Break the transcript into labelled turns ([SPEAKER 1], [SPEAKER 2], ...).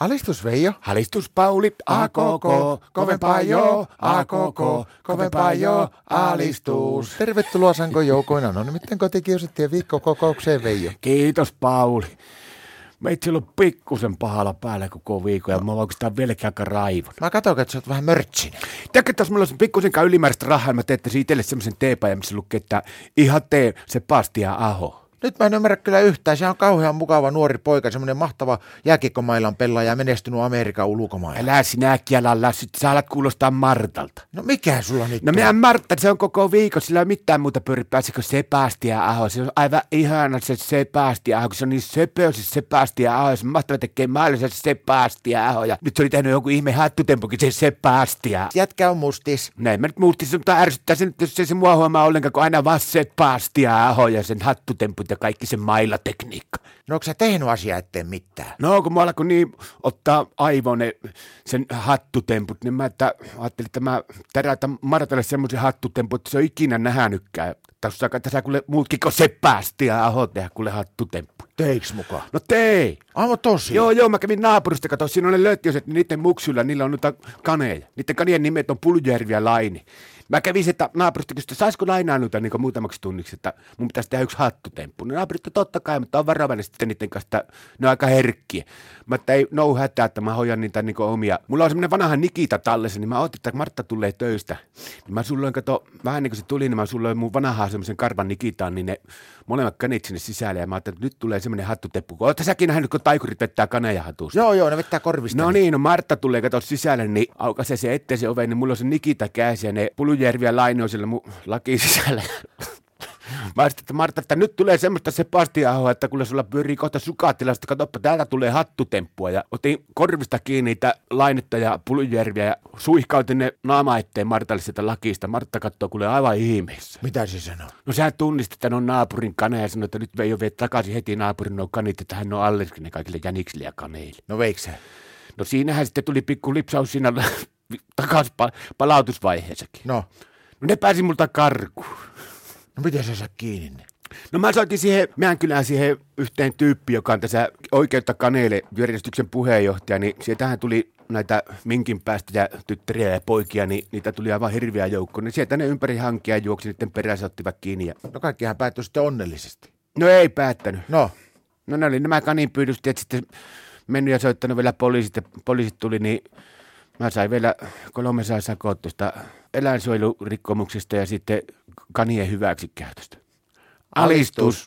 [SPEAKER 1] Alistus Veijo.
[SPEAKER 2] Alistus Pauli, AKK, kovempaa joo, AKK, kovempaa joo, alistus.
[SPEAKER 1] Tervetuloa Sanko joukoina. No nimittäin kotikiusattien viikkokokoukseen Veijo.
[SPEAKER 2] Kiitos Pauli. Meitsillä on pikkusen pahalla päällä koko viikon ja mä oon oikeastaan vieläkin aika raivon.
[SPEAKER 1] Mä katsoin, että sä oot vähän mörtsin.
[SPEAKER 2] Tiedätkö, että jos mulla olisi pikkusenkaan ylimääräistä rahaa, mä teettäisin itselle semmoisen teepäin, missä lukee, että ihan tee Sebastian Aho.
[SPEAKER 1] Nyt mä en ymmärrä kyllä yhtään. Se on kauhean mukava nuori poika, semmoinen mahtava jääkiekkomailan pelaaja, menestynyt Amerikan ulkomailla.
[SPEAKER 2] Älä sinä kielä lässyt, sä alat kuulostaa Martalta.
[SPEAKER 1] No mikä sulla nyt
[SPEAKER 2] No
[SPEAKER 1] on?
[SPEAKER 2] meidän Martta, se on koko viikon, sillä ei ole mitään muuta pyripäässä kuin Sebastian Aho. Se on aivan ihana se Sebastian Aho, kun se on niin söpö se Sebastian Aho. Se on mahtava tekee maailmassa se Sebastian Aho. Ja nyt se oli tehnyt joku ihme hattutempukin se Sebastian.
[SPEAKER 1] Jätkä on mustis.
[SPEAKER 2] Näin mä nyt muistin sen, mutta ärsyttää se nyt, jos ei se mua huomaa ollenkaan, kun aina vaan Sebastian Aho ja sen hattutemput ja kaikki se mailatekniikka.
[SPEAKER 1] No onko sä tehnyt asiaa ettei mitään?
[SPEAKER 2] No kun mä alkoin niin ottaa aivone sen hattutemput, niin mä että, ajattelin, että mä täräytän Martalle semmoisen hattutempun, että se on ikinä nähnytkään. Tässä kai tässä kuule muutkin, kun se päästi ja aho tehdä kuule hattutemppu.
[SPEAKER 1] Teiks mukaan?
[SPEAKER 2] No tei!
[SPEAKER 1] Aivan tosi.
[SPEAKER 2] Joo, joo, mä kävin naapurista, kato, siinä on ne lötjöset, niin niiden muksyllä, niillä on noita kaneja. Niiden kanien nimet on Puljärvi ja Laini. Mä kävin sieltä naapurista, kysyä, että saisiko lainaa noita niin muutamaksi tunniksi, että mun pitäisi tehdä yksi hattutemppu. No naapurit, että totta kai, mutta on varovainen sitten niiden kanssa, että ne on aika herkkiä. Mä että ei no hätää, että mä hoidan niitä niin omia. Mulla on semmoinen vanha Nikita tallessa, niin mä ootin, että Martta tulee töistä. Niin mä sulloin, kato, vähän niin kuin se tuli, niin mä sulloin mun vanhaa semmoisen karvan Nikitaan, niin ne molemmat kanit sinne sisälle. Ja mä ajattelin, että nyt tulee semmoinen hattutemppu. Kun ootko säkin nähnyt, kun taikurit vetää kaneja hatusta?
[SPEAKER 1] Joo, joo, ne vetää korvista.
[SPEAKER 2] No niin, no Martta tulee kato sisälle, niin aukaisee se eteen se oven, niin mulla on se Nikita käsi ja ne Pulujärvi ja Laine on siellä mun laki sisällä. Mä sitten, että Martta, että nyt tulee semmoista Sebastian että kun sulla pyörii kohta sukatilasta, katoppa täältä tulee hattutemppua. Ja otin korvista kiinni niitä Lainetta ja Pulujärviä ja suihkautin ne naama eteen Martalle sieltä lakista. Martta katsoo kuule aivan ihmeessä.
[SPEAKER 1] Mitä se sanoo?
[SPEAKER 2] No sä tunnistit, että ne on naapurin kaneja ja sanoi, että nyt Veijo vie takaisin heti naapurin nuo kanit, että hän on allerginen kaikille jäniksille ja kaneille.
[SPEAKER 1] No veiks sä?
[SPEAKER 2] No siinähän sitten tuli pikku lipsaus siinä takaisin palautusvaiheessakin.
[SPEAKER 1] No.
[SPEAKER 2] No ne pääsi multa karkuun.
[SPEAKER 1] No miten sä saat kiinni ne?
[SPEAKER 2] No mä soitin siihen, mehän kylään siihen yhteen tyyppi, joka on tässä oikeutta kaneille järjestyksen puheenjohtaja, niin sieltähän tuli näitä minkin päästäjä tyttäriä ja poikia, niin niitä tuli aivan hirviä joukko. Niin sieltä ne ympäri hankkia juoksi, niiden perässä ottivat kiinni. Ja...
[SPEAKER 1] No kaikkihan päättyi sitten onnellisesti.
[SPEAKER 2] No ei päättänyt.
[SPEAKER 1] No.
[SPEAKER 2] No ne oli nämä kaninpyydystäjät sitten mennyt ja soittanut vielä poliisit, ja poliisit tuli, niin mä sain vielä 300 sakot tuosta eläinsuojelurikkomuksesta ja sitten kanien hyväksikäytöstä. Alistus.